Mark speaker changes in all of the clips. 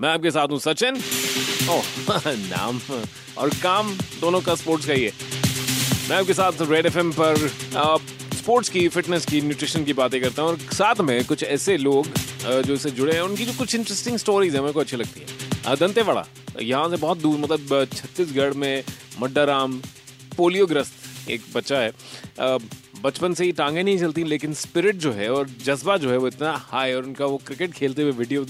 Speaker 1: मैं आपके साथ हूँ सचिन ओ नाम और काम दोनों का स्पोर्ट्स का ही है मैं आपके साथ रेड एफ पर आ, स्पोर्ट्स की फिटनेस की न्यूट्रिशन की बातें करता हूँ और साथ में कुछ ऐसे लोग आ, जो इससे जुड़े हैं उनकी जो कुछ इंटरेस्टिंग स्टोरीज हैं मेरे को अच्छी लगती है आ, दंतेवाड़ा यहाँ से बहुत दूर मतलब आ, छत्तीसगढ़ में मड्डाराम पोलियोग्रस्त एक बच्चा है आ, बचपन से ही टांगे नहीं चलती लेकिन स्पिरिट जो है और जज्बा जो है वो इतना हाई और उनका वो क्रिकेट खेलते हुए वीडियो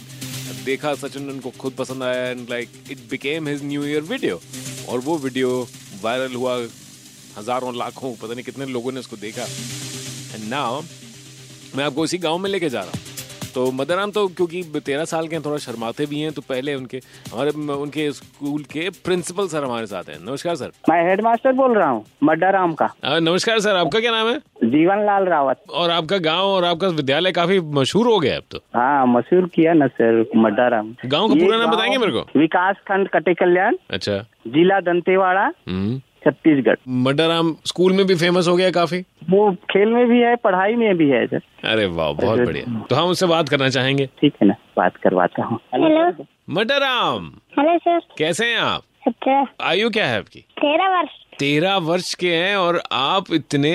Speaker 1: देखा सचिन उनको खुद पसंद आया and like it became his new year video और वो वीडियो वायरल हुआ हजारों लाखों पता नहीं कितने लोगों ने उसको देखा एंड नाउ मैं आपको उसी गांव में लेके जा रहा हूँ तो मदराम तो क्योंकि तेरह साल के हैं थोड़ा शर्माते भी हैं तो पहले उनके हमारे उनके स्कूल के प्रिंसिपल सर हमारे साथ हैं नमस्कार सर
Speaker 2: मैं हेडमास्टर बोल रहा हूँ मड्डाराम का
Speaker 1: अ, नमस्कार सर आपका क्या नाम है
Speaker 2: जीवन लाल रावत
Speaker 1: और आपका गांव और आपका विद्यालय काफी मशहूर हो गया है अब तो
Speaker 2: हाँ मशहूर किया ना सर मड्डाराम
Speaker 1: गांव का
Speaker 2: ये
Speaker 1: पूरा नाम
Speaker 2: गांव
Speaker 1: बताएंगे मेरे को
Speaker 2: विकास खंड कटे कल्याण
Speaker 1: अच्छा
Speaker 2: जिला दंतेवाड़ा
Speaker 1: हम्म।
Speaker 2: छत्तीसगढ़
Speaker 1: मडराम स्कूल में भी फेमस हो गया काफी
Speaker 2: वो खेल में भी है पढ़ाई में भी है सर
Speaker 1: अरे वाह बहुत
Speaker 2: अरे-
Speaker 1: बढ़िया तो हम उससे बात करना चाहेंगे
Speaker 2: ठीक है ना बात करवाता हूँ
Speaker 3: हेलो
Speaker 1: मडराम
Speaker 3: हेलो सर
Speaker 1: कैसे हैं आप
Speaker 3: अच्छा
Speaker 1: आयु क्या है आपकी
Speaker 3: तेरह वर्ष
Speaker 1: तेरह वर्ष के हैं और आप इतने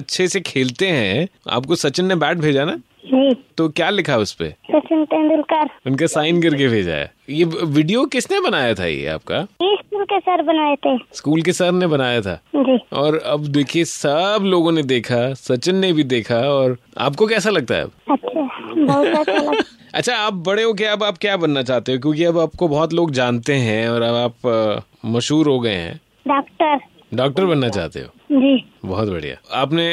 Speaker 1: अच्छे से खेलते हैं आपको सचिन ने बैट भेजा ना
Speaker 3: जी
Speaker 1: तो क्या लिखा उस पे
Speaker 3: सचिन तेंदुलकर
Speaker 1: उनका साइन करके भेजा है ये वीडियो किसने बनाया था ये आपका
Speaker 3: ये स्कूल के सर बनाए थे
Speaker 1: स्कूल के सर ने बनाया था
Speaker 3: जी
Speaker 1: और अब देखिए सब लोगों ने देखा सचिन ने भी देखा और आपको कैसा लगता है अब
Speaker 3: अच्छा बहुत अच्छा लगा
Speaker 1: अच्छा आप बड़े हो के अब आप क्या बनना चाहते हो क्योंकि अब आपको बहुत लोग जानते हैं और अब आप अ, मशहूर हो गए हैं
Speaker 3: डॉक्टर
Speaker 1: डॉक्टर बनना चाहते हो
Speaker 3: जी
Speaker 1: बहुत बढ़िया आपने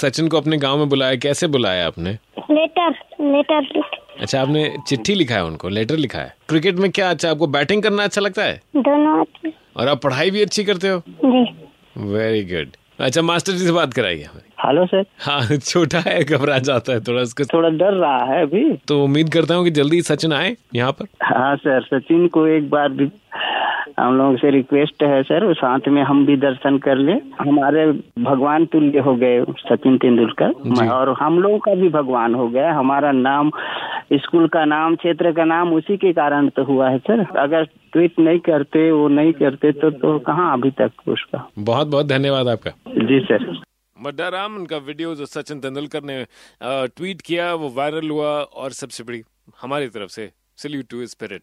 Speaker 1: सचिन को अपने गांव में बुलाया कैसे बुलाया आपने
Speaker 3: लेटर लेटर
Speaker 1: अच्छा आपने चिट्ठी लिखा है उनको लेटर लिखा है क्रिकेट में क्या अच्छा आपको बैटिंग करना अच्छा लगता है
Speaker 3: दोनों अच्छे
Speaker 1: और आप पढ़ाई भी अच्छी करते हो
Speaker 3: जी
Speaker 1: वेरी गुड अच्छा मास्टर जी से बात कराइए हमारी
Speaker 2: हेलो सर
Speaker 1: हाँ छोटा है घबरा जाता है थोड़ा उसको
Speaker 2: थोड़ा डर रहा है अभी
Speaker 1: तो उम्मीद करता हूँ कि जल्दी सचिन आए यहाँ पर
Speaker 2: हाँ सर सचिन को एक बार भी हम लोगों से रिक्वेस्ट है सर वो साथ में हम भी दर्शन कर ले हमारे भगवान तुल्य हो गए सचिन तेंदुलकर और हम लोगों का भी भगवान हो गया हमारा नाम स्कूल का नाम क्षेत्र का नाम उसी के कारण तो हुआ है सर अगर ट्वीट नहीं करते वो नहीं करते तो, तो कहाँ अभी तक उसका
Speaker 1: बहुत बहुत धन्यवाद आपका
Speaker 2: जी सर
Speaker 1: मड्डाराम उनका वीडियो जो सचिन तेंदुलकर ने अ, ट्वीट किया वो वायरल हुआ और सबसे बड़ी हमारी तरफ से सल्यूट टू स्पिरिट